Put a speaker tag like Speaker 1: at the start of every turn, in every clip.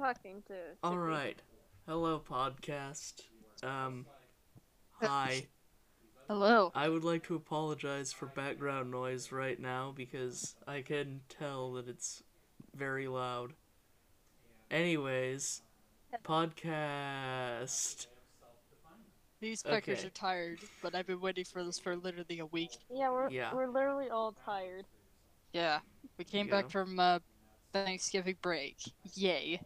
Speaker 1: talking to.
Speaker 2: All right. Hello, podcast. Um, hi.
Speaker 1: Hello.
Speaker 2: I would like to apologize for background noise right now because I can tell that it's very loud. Anyways, podcast.
Speaker 3: These fuckers
Speaker 2: Okay.
Speaker 3: are tired, but I've been waiting for this for literally a week.
Speaker 1: Yeah, we're
Speaker 2: Yeah.
Speaker 1: we're literally all tired.
Speaker 3: Yeah, we came
Speaker 2: Yeah.
Speaker 3: back from uh, Thanksgiving break. Yay!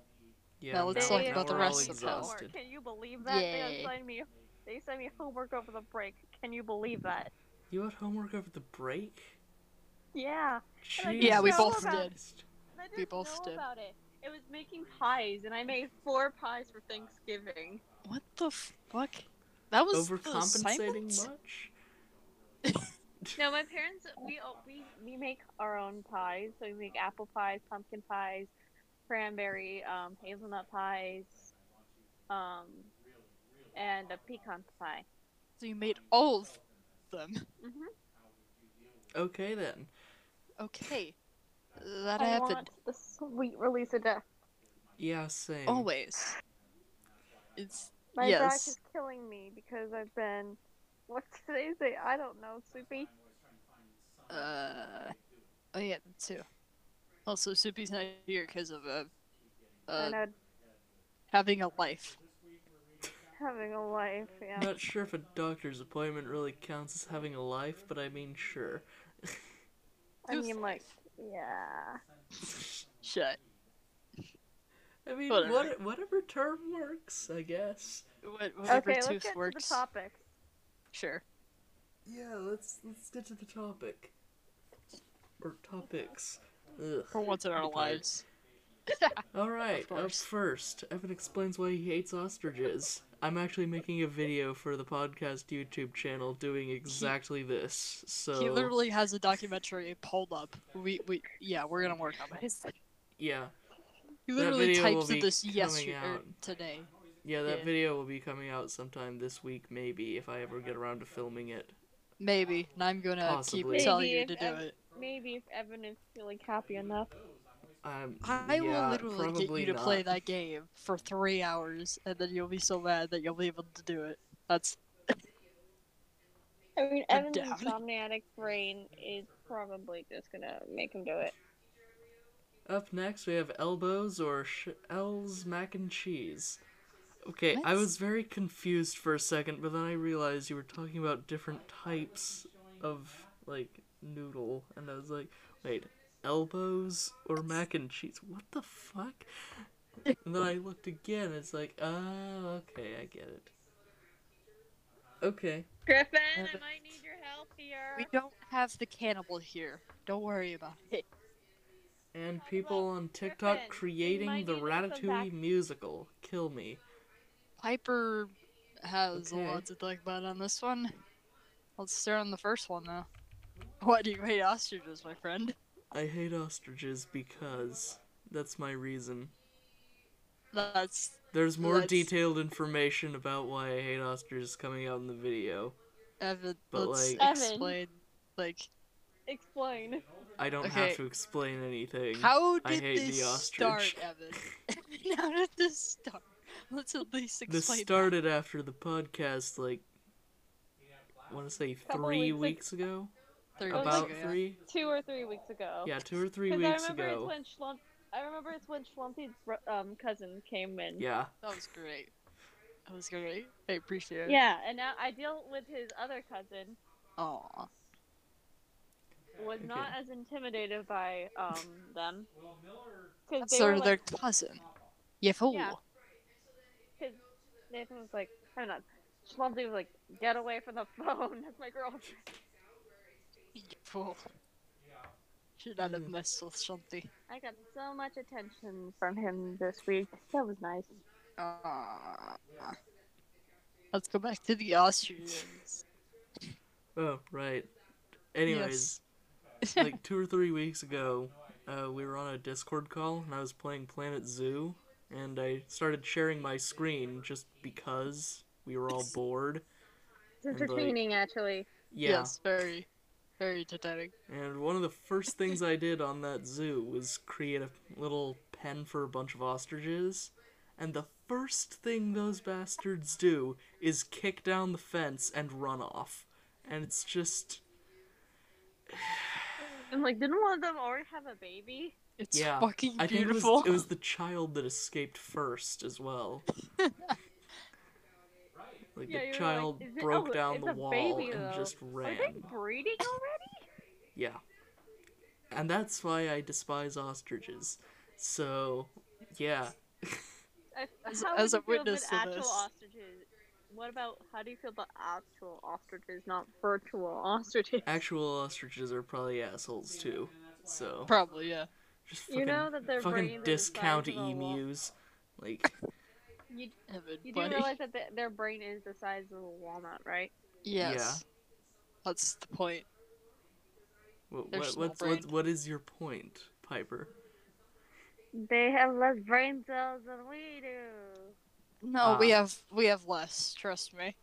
Speaker 2: Yeah,
Speaker 3: Now let's
Speaker 2: now,
Speaker 3: talk
Speaker 1: They
Speaker 2: now
Speaker 3: about the
Speaker 2: we're
Speaker 3: rest
Speaker 2: all
Speaker 3: of the house.
Speaker 1: homework.
Speaker 2: exhausted.
Speaker 1: Can you believe that? They
Speaker 3: Yay.
Speaker 1: assigned me they sent me homework over the break. Can you believe that?
Speaker 2: You had homework over the break?
Speaker 1: Yeah. And I
Speaker 2: Jesus
Speaker 1: didn't
Speaker 3: Yeah, we
Speaker 1: know
Speaker 3: both
Speaker 1: about-
Speaker 3: did.
Speaker 1: and I didn't
Speaker 3: We both
Speaker 1: know
Speaker 3: did.
Speaker 1: about it. It was making pies, and I made four pies for Thanksgiving.
Speaker 3: What the fuck? That was the
Speaker 2: Overcompensating
Speaker 3: assignment?
Speaker 2: much?
Speaker 1: No, my parents we oh, we we make our own pies. So we make apple pies, pumpkin pies, cranberry, um, hazelnut pies, um, and a pecan pie.
Speaker 3: So you made all of them.
Speaker 1: hmm
Speaker 2: Okay then.
Speaker 3: Okay, that
Speaker 1: I
Speaker 3: happened
Speaker 1: want the sweet release of death.
Speaker 2: Yeah, same.
Speaker 3: always. It's
Speaker 1: My back
Speaker 3: yes.
Speaker 1: is killing me because I've been. What's today's day? I don't know, Soupy.
Speaker 3: Uh, oh yeah, that too. Also, Soupy's not here because of uh, uh,
Speaker 1: and I'm
Speaker 3: having a life.
Speaker 1: having a life. Yeah.
Speaker 2: Not sure if a doctor's appointment really counts as having a life, but I mean, sure.
Speaker 1: I
Speaker 3: Tooth
Speaker 1: mean, like,
Speaker 3: life.
Speaker 1: yeah.
Speaker 3: Shut.
Speaker 2: I mean,
Speaker 3: Whatever.
Speaker 2: what, whatever term works, I guess.
Speaker 3: What, whatever
Speaker 1: okay, let's
Speaker 3: tooth
Speaker 1: get
Speaker 3: works.
Speaker 1: to the topics.
Speaker 3: Sure.
Speaker 2: Yeah, let's let's get to the topic or topics.
Speaker 3: For
Speaker 2: Ugh.
Speaker 3: once in our
Speaker 2: Tired.
Speaker 3: lives.
Speaker 2: All right. Up
Speaker 3: course.
Speaker 2: first, Evan explains why he hates ostriches. I'm actually making a video for the podcast YouTube channel doing exactly this.
Speaker 3: He
Speaker 2: So
Speaker 3: literally has a documentary pulled up. We we yeah, we're gonna work on this.
Speaker 2: yeah,
Speaker 3: He
Speaker 2: That
Speaker 3: literally
Speaker 2: video will
Speaker 3: types
Speaker 2: be
Speaker 3: in this
Speaker 2: coming
Speaker 3: yesterday or
Speaker 2: out.
Speaker 3: today.
Speaker 2: yeah, that
Speaker 3: Yeah.
Speaker 2: video will be coming out sometime this week, maybe if I ever get around to filming it. Maybe.
Speaker 3: Maybe. And I'm gonna
Speaker 2: Possibly.
Speaker 3: keep telling you
Speaker 1: Maybe
Speaker 3: to
Speaker 1: if
Speaker 3: do
Speaker 1: ev-
Speaker 3: it.
Speaker 1: Maybe if Evan is feeling happy enough.
Speaker 2: Um, yeah,
Speaker 3: I will literally get
Speaker 2: probably
Speaker 3: you to play
Speaker 2: not.
Speaker 3: that game for three hours and then you'll be so mad that you'll be able to do it. That's
Speaker 1: I mean,
Speaker 3: I'm
Speaker 1: Evan's
Speaker 3: down.
Speaker 1: insomniatic brain is probably just gonna make him do it.
Speaker 2: Up next, we have elbows or sh- L's mac and cheese. Okay, I
Speaker 3: What?
Speaker 2: was very confused for a second, but then I realized you were talking about different types of like noodle, and I was like, wait, elbows or mac and cheese? What the fuck? And then I looked again. It's like, oh, okay, I get it. Okay,
Speaker 1: Griffin, I
Speaker 3: Evan-
Speaker 1: might need your help here.
Speaker 3: we don't have the cannibal here. Don't worry about it.
Speaker 2: and people on TikTok
Speaker 1: Griffin, you
Speaker 2: creating
Speaker 1: might
Speaker 2: the
Speaker 1: need to come
Speaker 2: Ratatouille
Speaker 1: back.
Speaker 2: musical. Kill me.
Speaker 3: Piper has
Speaker 2: Okay.
Speaker 3: a lot to talk about on this one. Let's start on the first one though. Why do you hate ostriches, my friend?
Speaker 2: I hate ostriches because that's my reason.
Speaker 3: That's
Speaker 2: There's more
Speaker 3: Let's-
Speaker 2: detailed information about why I hate ostriches coming out in the video.
Speaker 3: Evan,
Speaker 2: But,
Speaker 3: let's
Speaker 2: like-
Speaker 1: Evan.
Speaker 3: explain. Like,
Speaker 1: Explain.
Speaker 2: I don't have
Speaker 3: Okay.
Speaker 2: to explain anything.
Speaker 3: how
Speaker 2: I
Speaker 3: did
Speaker 2: hate the
Speaker 3: this
Speaker 2: ostrich.
Speaker 3: start, Evan? how did this start? Let's at least
Speaker 2: this
Speaker 3: explain.
Speaker 2: started after the podcast, like, I want to say
Speaker 1: Couple
Speaker 2: three
Speaker 1: weeks
Speaker 2: weeks ago?
Speaker 3: that three weeks
Speaker 2: About
Speaker 3: ago, yeah.
Speaker 2: three?
Speaker 1: Two or three weeks ago.
Speaker 2: Yeah, two or three
Speaker 1: Because I
Speaker 2: weeks
Speaker 1: remember it's
Speaker 2: ago.
Speaker 1: when Schlump. I remember it's when Schlumpy's bro- um, cousin came in.
Speaker 2: Yeah.
Speaker 3: That was great. That was great. I appreciate it.
Speaker 1: Yeah, and now I deal with his other cousin.
Speaker 3: Aw.
Speaker 1: Was not as intimidated by um them. Because they
Speaker 3: So
Speaker 1: were
Speaker 3: they're their
Speaker 1: like,
Speaker 3: cousin. Yeah, fool.
Speaker 1: Yeah. cause Nathan was like, I'm not. Schlumpy was like, get away from the phone. That's my girlfriend.
Speaker 3: You fool. Should not have
Speaker 2: Mm.
Speaker 3: messed with something.
Speaker 1: I got so much attention from him this week. That was nice.
Speaker 3: Ah. Let's go back to the ostriches.
Speaker 2: Oh, right. Anyways, like two or three weeks ago, uh, we were on a Discord call and I was playing Planet Zoo and I started sharing my screen just because we were all bored.
Speaker 1: It's
Speaker 2: And, like-
Speaker 1: entertaining, actually.
Speaker 2: Yeah.
Speaker 3: Yes, very, very entertaining.
Speaker 2: And one of the first things I did on that zoo was create a little pen for a bunch of ostriches, and the first thing those bastards do is kick down the fence and run off. And it's just.
Speaker 1: And like, didn't one of them already have a baby?
Speaker 3: It's
Speaker 2: Yeah,
Speaker 3: fucking
Speaker 2: I think it was,
Speaker 3: beautiful.
Speaker 2: it was the child that escaped first as well. like
Speaker 1: Yeah, you were
Speaker 2: the
Speaker 1: like,
Speaker 2: child
Speaker 1: "Is it-
Speaker 2: broke
Speaker 1: oh,
Speaker 2: down
Speaker 1: it's
Speaker 2: the
Speaker 1: a
Speaker 2: wall
Speaker 1: baby,
Speaker 2: and
Speaker 1: though.
Speaker 2: just
Speaker 1: Are
Speaker 2: ran.
Speaker 1: they breeding already?
Speaker 2: Yeah. And that's why I despise ostriches. So, yeah.
Speaker 1: I-
Speaker 3: As-
Speaker 1: how
Speaker 3: as
Speaker 1: would
Speaker 3: a
Speaker 1: you feel
Speaker 3: witness to
Speaker 1: about actual
Speaker 3: this.
Speaker 1: ostriches? What about how do you feel about actual ostriches, not virtual ostriches?
Speaker 2: Actual ostriches are probably assholes too. So,
Speaker 3: Probably, yeah.
Speaker 2: just fucking,
Speaker 1: You know that their brains
Speaker 2: fucking
Speaker 1: are the size
Speaker 2: discount
Speaker 1: of a wall.
Speaker 2: emus. Like,
Speaker 1: You,
Speaker 3: Evan,
Speaker 1: you do
Speaker 3: buddy.
Speaker 1: realize that the, their brain is the size of a walnut, right?
Speaker 3: Yes. That's the point.
Speaker 2: what,
Speaker 3: They're
Speaker 2: what, what's, what,
Speaker 3: small-brained.
Speaker 2: what is your point, Piper?
Speaker 1: They have less brain cells than we do.
Speaker 3: No,
Speaker 2: Uh.
Speaker 3: we have we have less. Trust me.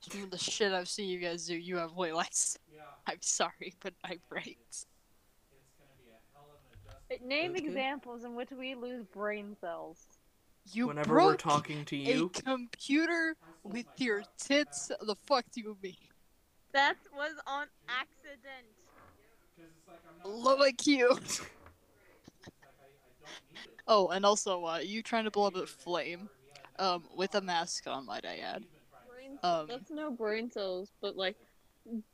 Speaker 3: Some of the shit I've seen you guys do, you have way less. I'm sorry, but my brains.
Speaker 1: Name
Speaker 2: That's good.
Speaker 1: examples in which we lose brain cells.
Speaker 3: You
Speaker 2: Whenever
Speaker 3: broke
Speaker 2: we're talking to you,
Speaker 3: a computer with your tits. The fuck do you mean?
Speaker 1: That was on accident.
Speaker 3: Low IQ. oh, and also, uh, you trying to blow up a flame, um, with a mask on, might I add?
Speaker 1: Brain
Speaker 3: Um.
Speaker 1: That's no brain cells, but like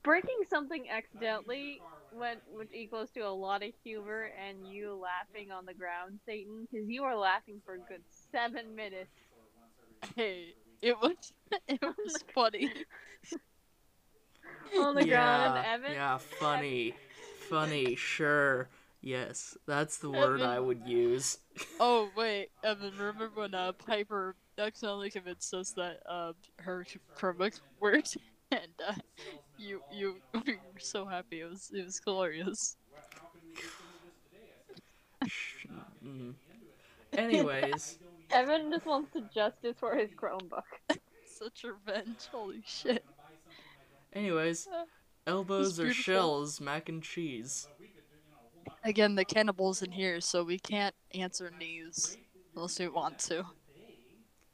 Speaker 1: breaking something accidentally when which equals to a lot of humor and you laughing on the ground, Satan, because you were laughing for a good seven minutes.
Speaker 3: Hey, it was it was funny.
Speaker 1: On the ground, and
Speaker 2: yeah,
Speaker 1: Evan.
Speaker 2: yeah, funny, funny, sure, yes, that's the word I
Speaker 3: Evan-
Speaker 2: would use.
Speaker 3: Oh wait, Evan, remember when uh, Piper accidentally convinced us that uh, her Chromebooks worked, and uh, you you we were so happy. It was it was glorious.
Speaker 2: Sh- mm. Anyways,
Speaker 1: Evan just wants the justice for his Chromebook.
Speaker 3: Such revenge. Holy shit.
Speaker 2: anyways, elbows or
Speaker 3: beautiful.
Speaker 2: shells, mac and cheese.
Speaker 3: Again, the cannibal's in here, so we can't answer knees unless we want to.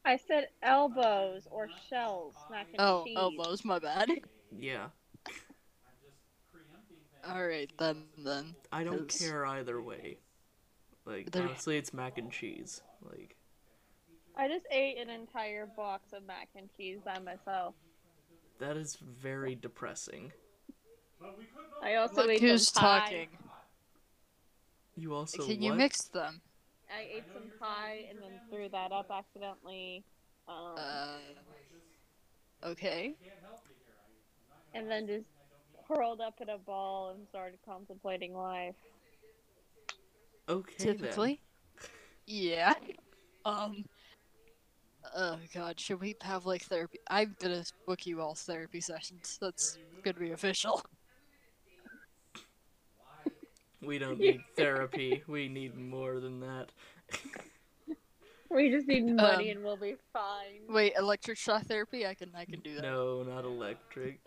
Speaker 1: I said elbows or shells, mac and
Speaker 3: Oh,
Speaker 1: cheese.
Speaker 3: elbows. My bad.
Speaker 2: Yeah,
Speaker 3: All right then. Then
Speaker 2: I don't
Speaker 3: Cause-
Speaker 2: care either way. Like
Speaker 3: There-
Speaker 2: honestly, it's mac and cheese. Like
Speaker 1: I just ate an entire box of mac and cheese by myself.
Speaker 2: that is very depressing.
Speaker 1: I also
Speaker 3: look
Speaker 1: ate
Speaker 3: who's
Speaker 1: some pie.
Speaker 3: talking.
Speaker 2: You also
Speaker 3: Can you
Speaker 2: what?
Speaker 3: mix them?
Speaker 1: I ate some pie and then threw that up accidentally. Um,
Speaker 3: Uh. Okay.
Speaker 1: and then just curled up in a ball and started contemplating life.
Speaker 2: okay then.
Speaker 3: Typically. Yeah. Um. Oh god, should we have like therapy? I'm gonna book you all therapy sessions. That's gonna be official.
Speaker 2: We don't need therapy. We need more than that.
Speaker 1: We just need money
Speaker 3: Um,
Speaker 1: and we'll be fine.
Speaker 3: Wait, electric shock therapy? I can I can do that.
Speaker 2: No, not electric.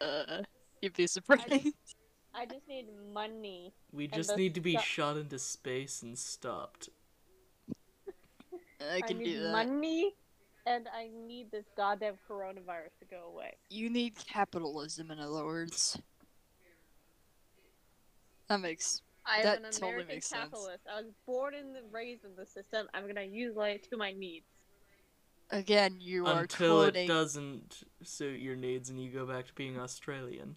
Speaker 3: Uh, you'd be surprised.
Speaker 1: I just need money.
Speaker 2: We
Speaker 1: And
Speaker 2: just
Speaker 1: the
Speaker 2: need to be
Speaker 1: stu-
Speaker 2: shot into space and stopped.
Speaker 3: I can
Speaker 1: need
Speaker 3: do that.
Speaker 1: money, and I need this goddamn coronavirus to go away.
Speaker 3: You need capitalism, in other words. That makes
Speaker 1: I
Speaker 3: That
Speaker 1: am an
Speaker 3: totally
Speaker 1: American
Speaker 3: makes sense.
Speaker 1: capitalist. I was born and raised in the system. I'm gonna use it to my needs.
Speaker 3: again. You are
Speaker 2: Until it
Speaker 3: cloning.
Speaker 2: doesn't suit your needs and you go back to being Australian.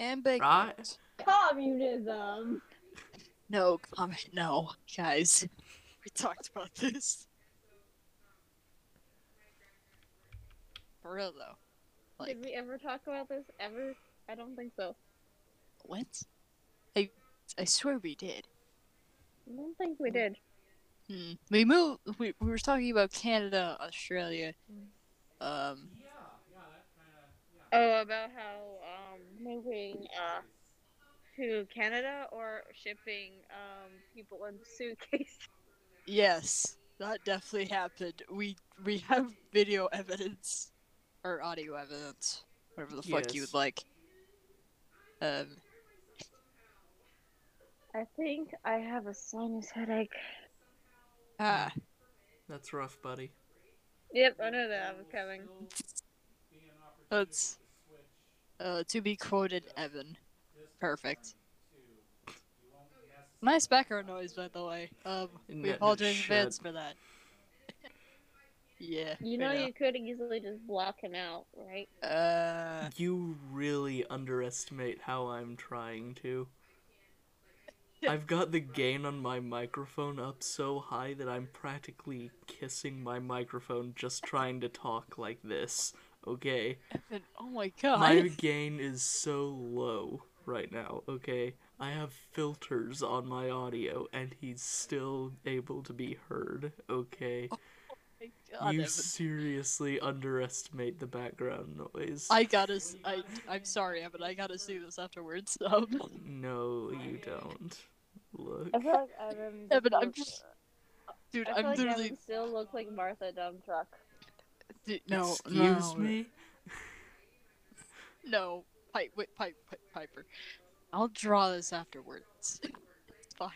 Speaker 3: ambiguous.
Speaker 1: Communism.
Speaker 3: No comment. No, guys. We talked about this. For real though. Like
Speaker 1: Did we ever talk about this ever? I don't think so.
Speaker 3: what? I I swear we did.
Speaker 1: I don't think we did.
Speaker 3: Hmm. We moved. We, we were talking about Canada, Australia. Um.
Speaker 1: Oh, about how um moving uh to Canada or shipping um people in suitcases.
Speaker 3: Yes, that definitely happened. We we have video evidence or audio evidence, whatever the fuck you
Speaker 2: Yes.
Speaker 3: would like. Um.
Speaker 1: I think I have a sinus headache.
Speaker 3: Ah,
Speaker 2: That's rough, buddy.
Speaker 1: Yep, I know that was coming.
Speaker 3: that's uh, to be quoted Evan. Perfect. Nice background noise, by the way. Um,
Speaker 2: N-
Speaker 3: we
Speaker 2: no
Speaker 3: apologize in
Speaker 2: shit.
Speaker 3: advance for that. yeah.
Speaker 1: You know, you could easily just block him out, right?
Speaker 3: you. Uh,
Speaker 2: You really underestimate how I'm trying to. I've got the gain on my microphone up so high that I'm practically kissing my microphone just trying to talk like this. Okay?
Speaker 3: Evan. Oh my god.
Speaker 2: My gain is so low right now, okay? I have filters on my audio and he's still able to be heard, okay?
Speaker 3: my Oh, god,
Speaker 2: you
Speaker 3: Evan.
Speaker 2: seriously underestimate the background noise.
Speaker 3: I gotta. s- I. am sorry, Evan. I gotta see this afterwards. Um,
Speaker 2: No, you don't. Look.
Speaker 1: I feel like Evan.
Speaker 3: Yeah, but I'm
Speaker 1: looks-
Speaker 3: just- dude,
Speaker 1: I
Speaker 3: I'm
Speaker 1: feel like
Speaker 3: literally.
Speaker 1: Evan still looks like Martha Dumbtruck.
Speaker 3: dude, no.
Speaker 2: Excuse
Speaker 3: no,
Speaker 2: me?
Speaker 3: No. Pipe. Wait. Pipe. Pipe. Piper. I'll draw this afterwards. it's fine.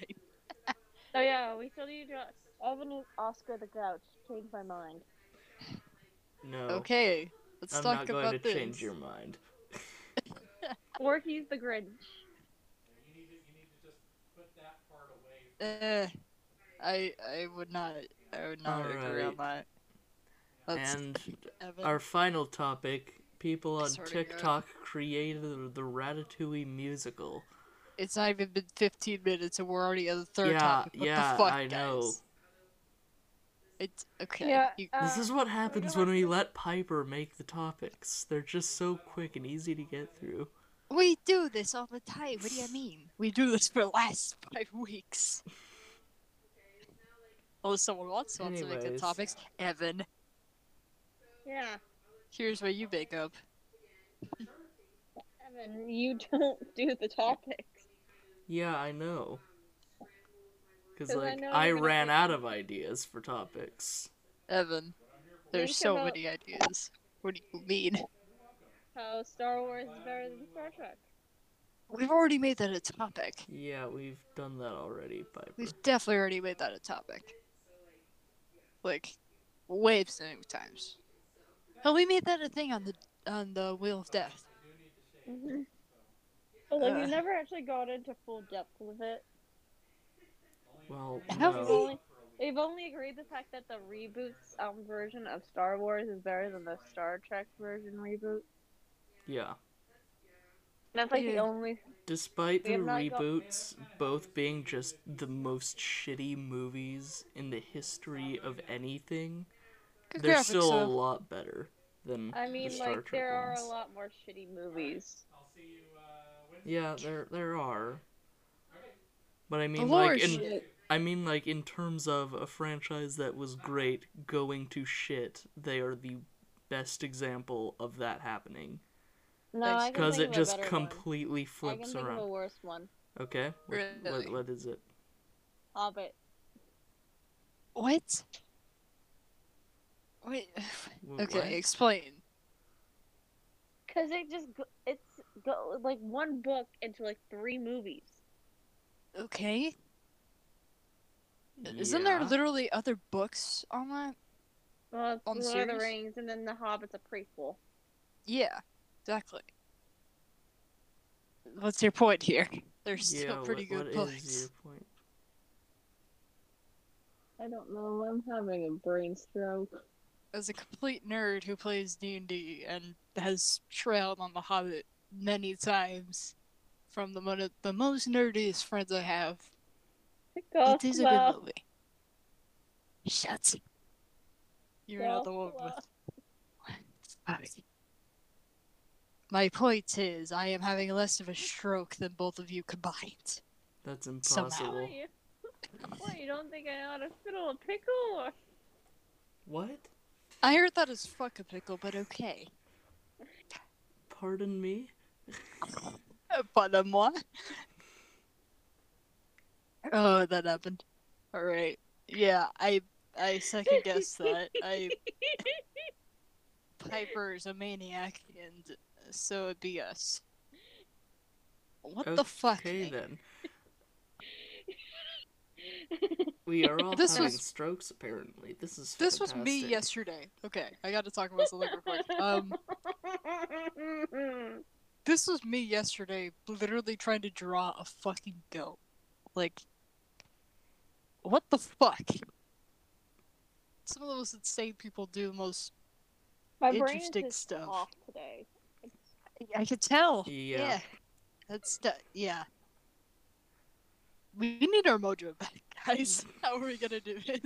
Speaker 1: Oh yeah, we still need uh, to. Evan is Oscar the Grouch. Change my mind.
Speaker 2: No.
Speaker 3: Okay. Let's
Speaker 2: I'm
Speaker 3: talk
Speaker 2: not
Speaker 3: about
Speaker 2: going to
Speaker 3: this.
Speaker 2: change your mind.
Speaker 1: Or he's the Grinch.
Speaker 3: Eh, I. I would not. I would not agree on
Speaker 2: Alright.
Speaker 3: that. That's
Speaker 2: And
Speaker 3: Evan.
Speaker 2: our final topic people
Speaker 3: I
Speaker 2: on
Speaker 3: swear to God.
Speaker 2: TikTok created the Ratatouille musical.
Speaker 3: It's not even been 15 minutes, and we're already on the third
Speaker 2: Yeah,
Speaker 3: topic. What
Speaker 2: yeah,
Speaker 3: the fuck,
Speaker 2: I know.
Speaker 3: guys? It's okay.
Speaker 1: Yeah,
Speaker 3: you-
Speaker 1: uh,
Speaker 2: this is what happens
Speaker 1: don't
Speaker 2: when we
Speaker 1: have
Speaker 2: let Piper make the topics. They're just so quick and easy to get through.
Speaker 3: We do this all the time. What do you mean? We do this for the last five weeks. Unless someone wants wants to make the
Speaker 2: Anyways.
Speaker 3: topics. Evan,
Speaker 1: Yeah,
Speaker 3: here's what you make up.
Speaker 1: Evan, you don't do the topics.
Speaker 2: Yeah, I know. Because,
Speaker 1: 'Cause I
Speaker 2: like,
Speaker 1: know
Speaker 2: I,
Speaker 1: you're gonna
Speaker 2: ran
Speaker 1: make-
Speaker 2: out of ideas for topics.
Speaker 3: Evan, there's
Speaker 1: Think
Speaker 3: so
Speaker 1: about-
Speaker 3: many ideas. What do you mean?
Speaker 1: How Star Wars is better than Star Trek.
Speaker 3: We've already made that a topic.
Speaker 2: Yeah, we've done that already, Piper.
Speaker 3: We've definitely already made that a topic. Like, way so many times. Hell, we made that a thing on the on the Wheel of Death.
Speaker 1: Mm-hmm. But like,
Speaker 3: Uh.
Speaker 1: we've never actually gone into full depth with it.
Speaker 2: Well,
Speaker 3: How
Speaker 1: We've
Speaker 3: we-
Speaker 2: no.
Speaker 1: only, we've only agreed the fact that the reboots um, version of Star Wars is better than the Star Trek version reboot.
Speaker 2: Yeah.
Speaker 1: That's like the
Speaker 3: Yeah.
Speaker 1: only.
Speaker 2: Despite
Speaker 1: We
Speaker 2: the
Speaker 1: have not got-
Speaker 2: reboots both being just the most shitty movies in the history of anything,
Speaker 3: Good
Speaker 2: they're
Speaker 3: graphics,
Speaker 2: still a
Speaker 3: though.
Speaker 2: lot better than
Speaker 1: I
Speaker 2: the
Speaker 1: mean,
Speaker 2: Star
Speaker 1: like
Speaker 2: Trek
Speaker 1: there are
Speaker 2: ones.
Speaker 1: a lot more shitty movies.
Speaker 2: Yeah, there there are. But I mean,
Speaker 3: Lord,
Speaker 2: like in
Speaker 3: shit.
Speaker 2: I mean, like in terms of a franchise that was great going to shit, they are the best example of that happening
Speaker 1: No,
Speaker 3: Thanks.
Speaker 1: I can
Speaker 2: because
Speaker 1: think
Speaker 2: it
Speaker 1: of a
Speaker 2: just
Speaker 1: better one.
Speaker 2: completely
Speaker 1: I can
Speaker 2: flips
Speaker 1: think of a
Speaker 2: around.
Speaker 1: worse one.
Speaker 2: Okay, what,
Speaker 3: Really?
Speaker 2: what, what is it?
Speaker 1: Hobbit.
Speaker 3: What? Wait.
Speaker 2: Wh-
Speaker 3: Okay,
Speaker 2: what?
Speaker 3: explain.
Speaker 1: Because it just go- it's go, like one book into like three movies.
Speaker 3: Okay. Isn't there
Speaker 2: Yeah.
Speaker 3: literally other books on that?
Speaker 1: Well, it's
Speaker 3: On
Speaker 1: Lord
Speaker 3: the
Speaker 1: of
Speaker 3: series?
Speaker 1: the Rings, and then The Hobbit's a prequel.
Speaker 3: Yeah, exactly. What's your point here? They're
Speaker 2: Yeah,
Speaker 3: still pretty
Speaker 2: what-
Speaker 3: good
Speaker 2: what
Speaker 3: books.
Speaker 2: is your point?
Speaker 1: I don't know. I'm having a brain stroke.
Speaker 3: As a complete nerd who plays D and D and has trailed on the Hobbit many times from the one of the most nerdiest friends I have, it is a good movie. Shut. You're not the one with Alright. My point is, I am having less of a stroke than both of you combined.
Speaker 2: That's
Speaker 3: Somehow.
Speaker 2: impossible.
Speaker 1: Why? Why you don't think I know how to fiddle a pickle?
Speaker 2: What?
Speaker 3: I heard that as fuck a pickle, but okay.
Speaker 2: Pardon me?
Speaker 3: But um, moi. Oh, that happened. All right. Yeah, I I second guess that. I Piper is a maniac, and so it'd be us. What the fuck?
Speaker 2: Okay
Speaker 3: Nick?
Speaker 2: then. We are all
Speaker 3: This
Speaker 2: having
Speaker 3: was-
Speaker 2: strokes, apparently. This is
Speaker 3: This was me
Speaker 2: fantastic.
Speaker 3: yesterday. Okay, I got to talk about something real quick. Um, this was me yesterday, literally trying to draw a fucking goat. Like, what the fuck? Some of those insane people do the most.
Speaker 1: My brain is
Speaker 3: Interesting
Speaker 1: just
Speaker 3: stuff.
Speaker 1: off today.
Speaker 3: I could tell.
Speaker 2: Yeah.
Speaker 3: That's the- yeah. We need our mojo back, guys. How are we gonna do this?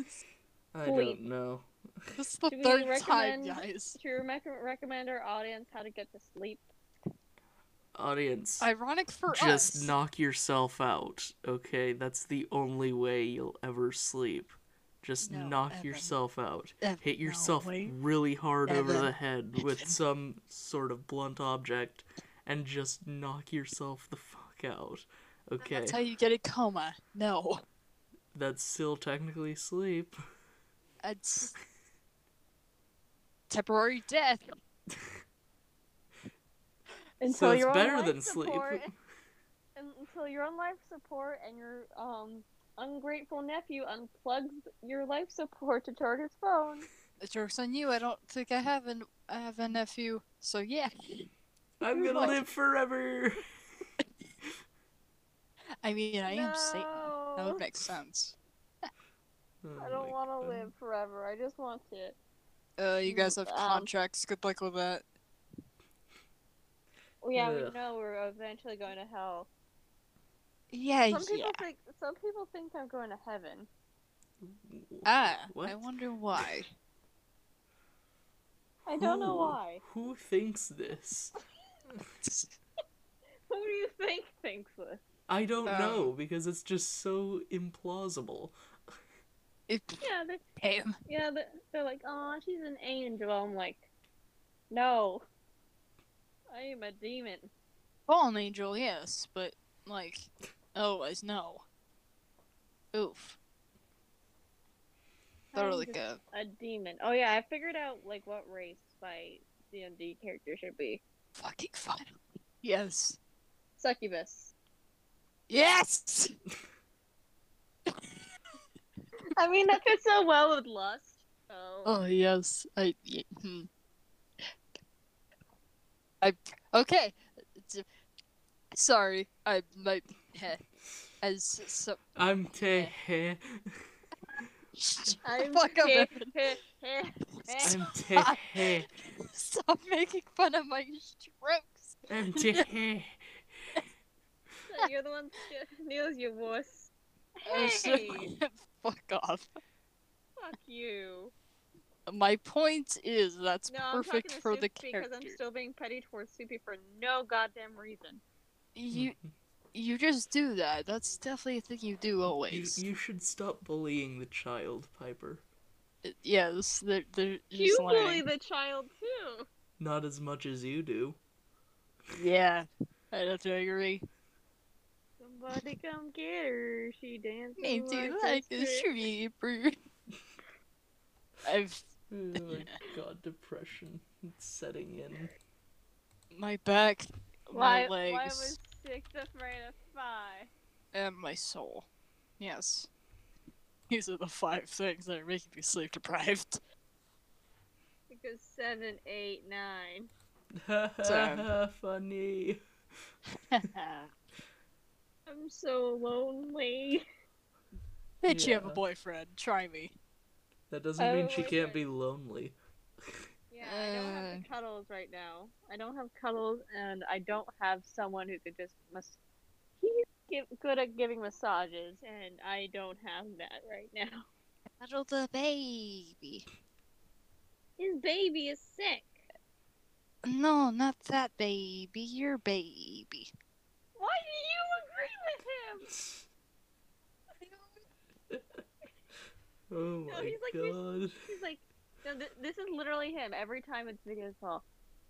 Speaker 2: I
Speaker 1: Sleep.
Speaker 2: don't know.
Speaker 3: This is the
Speaker 1: Do we
Speaker 3: third
Speaker 1: recommend-
Speaker 3: time, guys.
Speaker 1: Should we rec- recommend our audience how to get to sleep?
Speaker 2: Audience,
Speaker 3: Ironic for
Speaker 2: just
Speaker 3: us.
Speaker 2: knock yourself out, okay? That's the only way you'll ever sleep. Just
Speaker 3: No,
Speaker 2: knock
Speaker 3: Evan.
Speaker 2: yourself out.
Speaker 3: Ev-
Speaker 2: Hit
Speaker 3: Uh, no,
Speaker 2: yourself
Speaker 3: wait.
Speaker 2: really hard over
Speaker 3: Evan.
Speaker 2: the head with
Speaker 3: Evan.
Speaker 2: some sort of blunt object and just knock yourself the fuck out. Okay,
Speaker 3: That's how you get a coma. No.
Speaker 2: that's still technically sleep.
Speaker 3: It's temporary death.
Speaker 2: so it's
Speaker 1: you're on
Speaker 2: better
Speaker 1: life
Speaker 2: than sleep.
Speaker 1: support- and- until you're on life support and your um ungrateful nephew unplugs your life support to charge his phone.
Speaker 3: The joke's on you. I don't think I have an I have a nephew. So yeah,
Speaker 2: I'm gonna
Speaker 3: Like-
Speaker 2: live forever.
Speaker 3: I mean I am Satan. That
Speaker 1: No.
Speaker 3: would make sense.
Speaker 2: Oh
Speaker 1: I
Speaker 2: my
Speaker 1: don't want
Speaker 2: God.
Speaker 1: to live forever. I just want to.
Speaker 3: Uh, you guys have
Speaker 1: Um,
Speaker 3: contracts. Good luck with that.
Speaker 1: Well, yeah, we
Speaker 2: Ugh.
Speaker 1: know we're eventually going to hell.
Speaker 3: Yeah,
Speaker 1: Some people
Speaker 3: yeah.
Speaker 1: think some people think I'm going to heaven.
Speaker 3: Ah, I
Speaker 2: What?
Speaker 3: wonder why.
Speaker 1: I don't know
Speaker 2: Who?
Speaker 1: why.
Speaker 2: Who thinks this?
Speaker 1: Who do you think thinks this?
Speaker 2: I don't
Speaker 3: Um,
Speaker 2: know because it's just so implausible.
Speaker 3: If
Speaker 1: Yeah, they
Speaker 3: him.
Speaker 1: yeah, they they're like, oh, she's an angel. I'm like, no, I am a demon.
Speaker 3: Fallen angel, yes, but like, otherwise no. Oof. That
Speaker 1: I'm
Speaker 3: was like
Speaker 1: just
Speaker 3: a
Speaker 1: a demon. Oh yeah, I figured out like what race my D&D character should be.
Speaker 3: fucking final. Yes.
Speaker 1: Succubus.
Speaker 3: Yes.
Speaker 1: I mean, that fits so well with lust. So
Speaker 3: Oh yes, I. y- hmm. I okay. It's- Sorry, I my heh, as so.
Speaker 2: I'm te
Speaker 1: I'm
Speaker 3: Fuck up,
Speaker 1: heh,
Speaker 3: Evan.
Speaker 1: heh, heh, heh.
Speaker 2: I'm te
Speaker 3: Stop making fun of my strokes.
Speaker 2: I'm te
Speaker 1: So You're the one that nails your voice.
Speaker 3: Oh, so-
Speaker 1: Hey,
Speaker 3: Fuck off.
Speaker 1: fuck you.
Speaker 3: My point is that's
Speaker 1: No, I'm talking
Speaker 3: perfect
Speaker 1: to
Speaker 3: for
Speaker 1: Soup
Speaker 3: the
Speaker 1: because
Speaker 3: character.
Speaker 1: I'm still being petty towards Soupy for no goddamn reason. hmm.
Speaker 3: You you just do that. That's definitely a thing you do
Speaker 2: You,
Speaker 3: always.
Speaker 2: you should stop bullying the child, Piper.
Speaker 3: Yes, they're they're just
Speaker 1: you
Speaker 3: lying.
Speaker 1: bully the child too.
Speaker 2: Not as much as you do.
Speaker 3: Yeah, I have to agree.
Speaker 1: Somebody come get her. She dancing
Speaker 3: Me too,
Speaker 1: like
Speaker 3: like
Speaker 1: a
Speaker 3: a stripper. I've
Speaker 2: Oh my god, depression. It's setting in.
Speaker 3: my back,
Speaker 1: Why,
Speaker 3: my legs,
Speaker 1: why was six afraid of five?
Speaker 3: and my soul. Yes, these are the five things that are making me sleep deprived.
Speaker 1: Because seven, eight, nine.
Speaker 2: Ha ha
Speaker 3: Damn.
Speaker 2: ha, funny.
Speaker 3: Bitch,
Speaker 1: I'm so lonely.
Speaker 3: you have a
Speaker 2: Yeah.
Speaker 3: boyfriend. Try me.
Speaker 2: That doesn't mean
Speaker 1: Oh
Speaker 2: she
Speaker 1: my
Speaker 2: can't
Speaker 1: God.
Speaker 2: be lonely.
Speaker 1: Yeah, I don't have the cuddles right now. I don't have cuddles, and I don't have someone who could just mas- He's give, good at giving massages, and I don't have that right now.
Speaker 3: Cuddle the baby.
Speaker 1: His baby is sick.
Speaker 3: No, not that baby. Your baby.
Speaker 1: Why do you agree with him?
Speaker 2: Oh my
Speaker 1: he's like,
Speaker 2: god.
Speaker 1: He's like, no, th- this is literally him every time it's video call.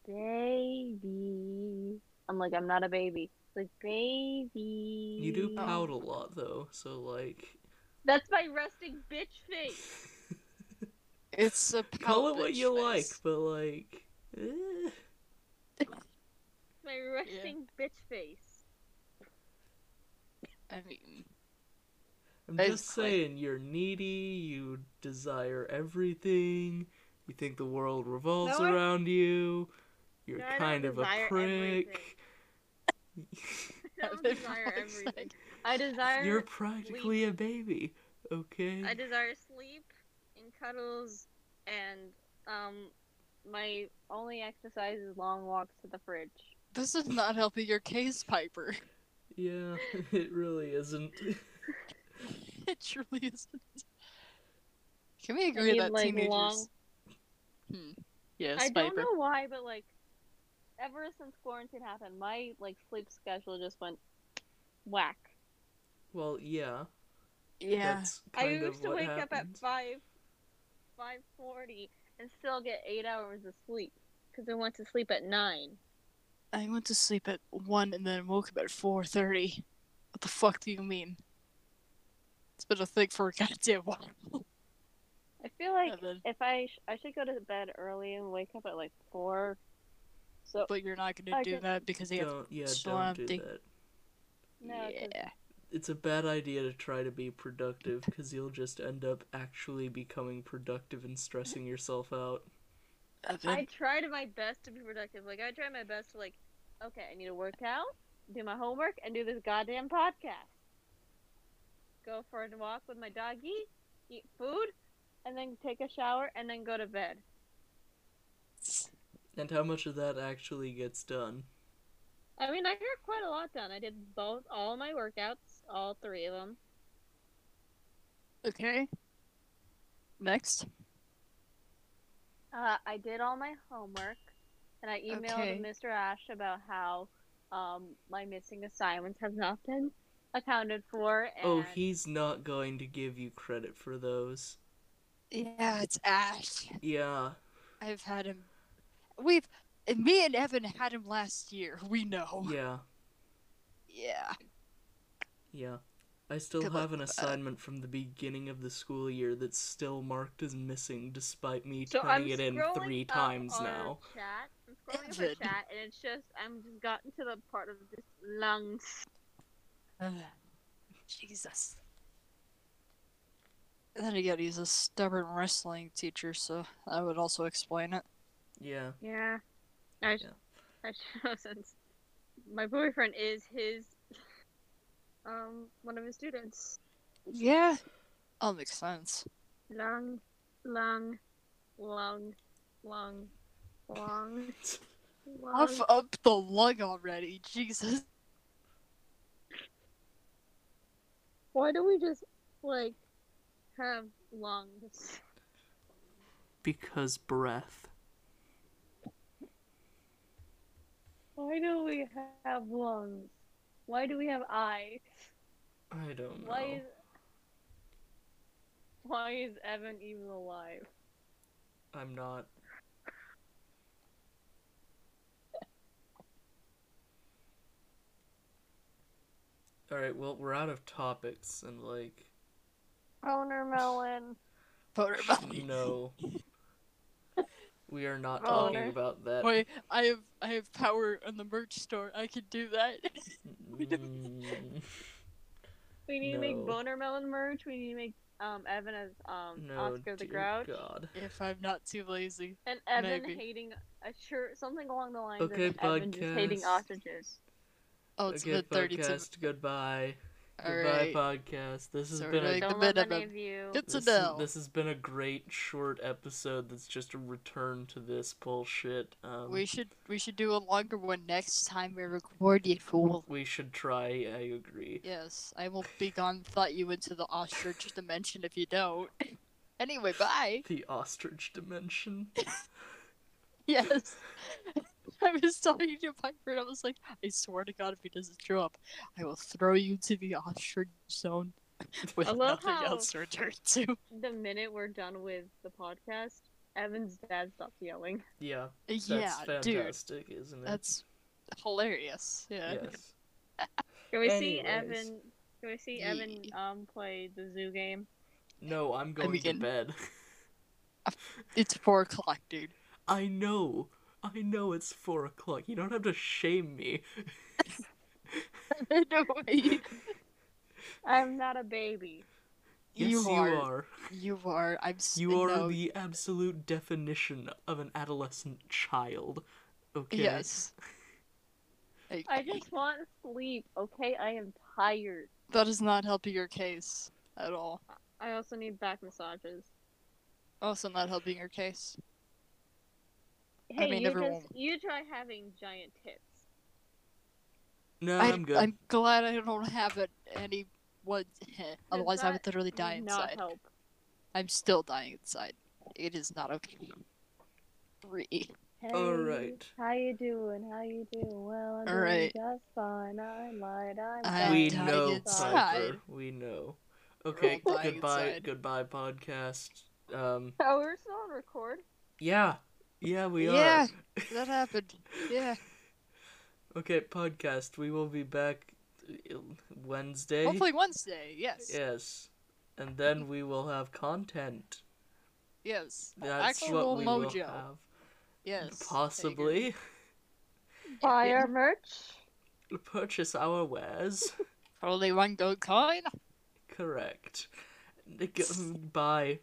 Speaker 1: Baby. I'm like, I'm not a baby. He's like, baby.
Speaker 2: You do pout a lot though, so like
Speaker 1: That's my resting bitch face.
Speaker 3: It's a
Speaker 2: call
Speaker 3: pout
Speaker 2: it what
Speaker 3: bitch
Speaker 2: you like,
Speaker 3: face.
Speaker 2: but like eh.
Speaker 1: My resting bitch face.
Speaker 3: I mean,
Speaker 2: I'm just
Speaker 3: Basically.
Speaker 2: saying, you're needy, you desire everything, you think the world revolves
Speaker 1: No, I-
Speaker 2: around you, you're
Speaker 1: No, I don't
Speaker 2: kind of a
Speaker 1: desire
Speaker 2: prick.
Speaker 1: I don't desire everything. I desire
Speaker 2: You're practically a baby, okay?
Speaker 1: I desire sleep and cuddles and um my only exercise is long walks to the fridge.
Speaker 3: This is not helping your case, Piper.
Speaker 2: Yeah, it really isn't.
Speaker 3: It truly isn't. Can we
Speaker 1: I
Speaker 3: agree
Speaker 1: mean,
Speaker 3: that
Speaker 1: like,
Speaker 3: teenagers?
Speaker 1: long-
Speaker 3: Hmm. Yes,
Speaker 1: I don't
Speaker 3: Piper.
Speaker 1: know why, but like ever since quarantine happened, my like sleep schedule just went whack.
Speaker 2: well, yeah.
Speaker 3: Yeah,
Speaker 2: That's
Speaker 1: I
Speaker 2: kind of
Speaker 1: used to
Speaker 2: what
Speaker 1: wake up at
Speaker 2: happens.
Speaker 1: five five forty and still get eight hours of sleep because I went to sleep at nine.
Speaker 3: I went to sleep at one and then woke up at four thirty. What the fuck do you mean? It's been a thing for a goddamn while.
Speaker 1: I feel like
Speaker 3: And then-
Speaker 1: if I sh- I should go to bed early and wake up at like four. So
Speaker 3: but you're not gonna
Speaker 1: I
Speaker 3: do
Speaker 1: just-
Speaker 3: that because you have
Speaker 2: Don't, yeah,
Speaker 3: so
Speaker 2: don't
Speaker 3: I'm
Speaker 2: do
Speaker 3: think-
Speaker 2: that.
Speaker 1: no, 'cause
Speaker 3: yeah.
Speaker 2: It's a bad idea to try to be productive because you'll just end up actually becoming productive and stressing yourself out.
Speaker 3: And then-
Speaker 1: I tried my best to be productive. Like I tried my best to like, okay, I need to work out, do my homework, and do this goddamn podcast. Go for a walk with my doggy, eat food, and then take a shower, and then go to bed.
Speaker 2: And how much of that actually gets done?
Speaker 1: I mean, I got quite a lot done. I did both all my workouts, all three of them.
Speaker 3: Okay. Next.
Speaker 1: Uh, I did all my homework, and I emailed
Speaker 3: Okay.
Speaker 1: Mr. Ash about how um, my missing assignments have not been accounted for. And
Speaker 2: Oh, he's not going to give you credit for those.
Speaker 3: Yeah, it's Ash.
Speaker 2: Yeah.
Speaker 3: I've had him. We've. Me and Evan had him last year. We know.
Speaker 2: Yeah.
Speaker 3: Yeah.
Speaker 2: Yeah. I still
Speaker 3: Good luck
Speaker 2: have an
Speaker 1: uh,
Speaker 3: with that.
Speaker 2: assignment from the beginning of the school year that's still marked as missing despite me
Speaker 1: So
Speaker 2: turning
Speaker 1: I'm
Speaker 2: it in
Speaker 1: scrolling
Speaker 2: three
Speaker 1: up
Speaker 2: times
Speaker 1: our
Speaker 2: now.
Speaker 1: Chat. I'm scrolling over
Speaker 3: Evan.
Speaker 1: chat, and it's just I'm just gotten to the part of this lungs.
Speaker 3: Ugh. Jesus. And then again, he's a stubborn wrestling teacher, so I would also explain it.
Speaker 2: Yeah.
Speaker 1: Yeah, I sh-
Speaker 2: Yeah.
Speaker 1: I should since my boyfriend is his um one of his students.
Speaker 3: Yeah. All makes sense.
Speaker 1: Long, long, long, long, long, long.
Speaker 3: Off up the lug already. Jesus.
Speaker 1: Why do we just like have lungs?
Speaker 2: Because breath.
Speaker 1: Why do we have lungs? Why do we have eyes?
Speaker 2: I don't know.
Speaker 1: Why is why is Evan even alive?
Speaker 2: I'm not. Alright, well, we're out of topics, and like,
Speaker 1: Boner melon.
Speaker 3: Boner belly.
Speaker 2: no. We are not
Speaker 1: Oh,
Speaker 2: talking
Speaker 1: no.
Speaker 2: about that.
Speaker 3: Wait, I have I have power in the merch store. I can do that.
Speaker 2: Mm,
Speaker 1: We need to
Speaker 2: No.
Speaker 1: make boner melon merch. We need to make um Evan as um
Speaker 2: no,
Speaker 1: Oscar the
Speaker 2: dear
Speaker 1: Grouch
Speaker 2: God.
Speaker 3: if I'm not too lazy.
Speaker 1: and Evan
Speaker 3: Maybe.
Speaker 1: hating a shirt, something along the lines
Speaker 2: Okay,
Speaker 1: of Evan just hating
Speaker 2: podcast.
Speaker 1: ostriches.
Speaker 3: Oh, it's
Speaker 2: okay,
Speaker 3: been 32.
Speaker 2: podcast, goodbye.
Speaker 3: All
Speaker 2: goodbye,
Speaker 3: right.
Speaker 2: podcast. This has
Speaker 3: So we're
Speaker 2: been a
Speaker 3: doing-
Speaker 1: Don't
Speaker 3: the
Speaker 1: love any
Speaker 3: minimum.
Speaker 1: of you.
Speaker 3: It's
Speaker 2: this,
Speaker 3: a no.
Speaker 2: this has been a great short episode that's just a return to this bullshit. Um,
Speaker 3: We should we should do a longer one next time we record you fool.
Speaker 2: we should try, I agree.
Speaker 3: Yes, I will be gone thought you into the ostrich dimension if you don't. Anyway, bye.
Speaker 2: The ostrich dimension.
Speaker 3: Yes. I was talking to Piper and I was like, I swear to god if he doesn't show up, I will throw you to the ostrich zone with
Speaker 1: I love
Speaker 3: nothing
Speaker 1: how-
Speaker 3: else to return to.
Speaker 1: The minute we're done with the podcast, Evan's dad stops yelling.
Speaker 2: Yeah, that's
Speaker 3: yeah, dude.
Speaker 2: fantastic, isn't it?
Speaker 3: That's hilarious. Yeah.
Speaker 2: yes.
Speaker 1: Can we see
Speaker 2: Anyways.
Speaker 1: Evan? Can we see Evan
Speaker 3: Ye-
Speaker 1: um play the zoo game?
Speaker 2: No, I'm going to
Speaker 3: begin.
Speaker 2: bed.
Speaker 3: It's four o'clock, dude.
Speaker 2: I know. I know it's four o'clock. You don't have to shame me.
Speaker 3: no way.
Speaker 1: I'm not a baby.
Speaker 2: Yes, you are.
Speaker 3: You are. I'm. s-
Speaker 2: You are
Speaker 3: no,
Speaker 2: the absolute definition of an adolescent child. Okay.
Speaker 3: Yes. Like,
Speaker 1: I just want sleep, okay? I am tired.
Speaker 3: that is not helping your case at all.
Speaker 1: I also need back massages.
Speaker 3: Also, not helping your case.
Speaker 1: Hey,
Speaker 3: mean,
Speaker 1: you
Speaker 3: everyone-
Speaker 1: just you try having giant tits.
Speaker 2: No,
Speaker 3: I,
Speaker 2: I'm good.
Speaker 3: I'm glad I don't have it any. What? Otherwise, I
Speaker 1: that
Speaker 3: would literally die
Speaker 1: Does not
Speaker 3: inside.
Speaker 1: help.
Speaker 3: I'm still dying inside. It is not okay. Re-
Speaker 1: Hey,
Speaker 2: Alright.
Speaker 1: How you doing? How you doing? Well, I'm doing
Speaker 3: Alright.
Speaker 1: just fine. I'm light. I'm
Speaker 3: I'm
Speaker 2: we
Speaker 3: dying
Speaker 2: know,
Speaker 3: inside.
Speaker 2: Piper. We know. Okay,
Speaker 3: all dying
Speaker 2: goodbye,
Speaker 3: inside.
Speaker 2: goodbye, podcast. Um,
Speaker 1: Oh, we're still on record.
Speaker 2: yeah, yeah, we
Speaker 3: Yeah.
Speaker 2: are.
Speaker 3: that happened. Yeah.
Speaker 2: Okay, podcast. We will be back uh, Wednesday.
Speaker 3: Hopefully Mm-hmm. Wednesday. Yes.
Speaker 2: Yes, and then we will have content.
Speaker 3: Yes.
Speaker 2: That's
Speaker 3: Actual
Speaker 2: what we
Speaker 3: mojo.
Speaker 2: will have.
Speaker 3: Yes. Hager.
Speaker 2: Possibly
Speaker 1: Buy
Speaker 3: Yeah.
Speaker 1: our merch.
Speaker 2: purchase our wares.
Speaker 3: Probably one gold coin.
Speaker 2: Correct. Bye.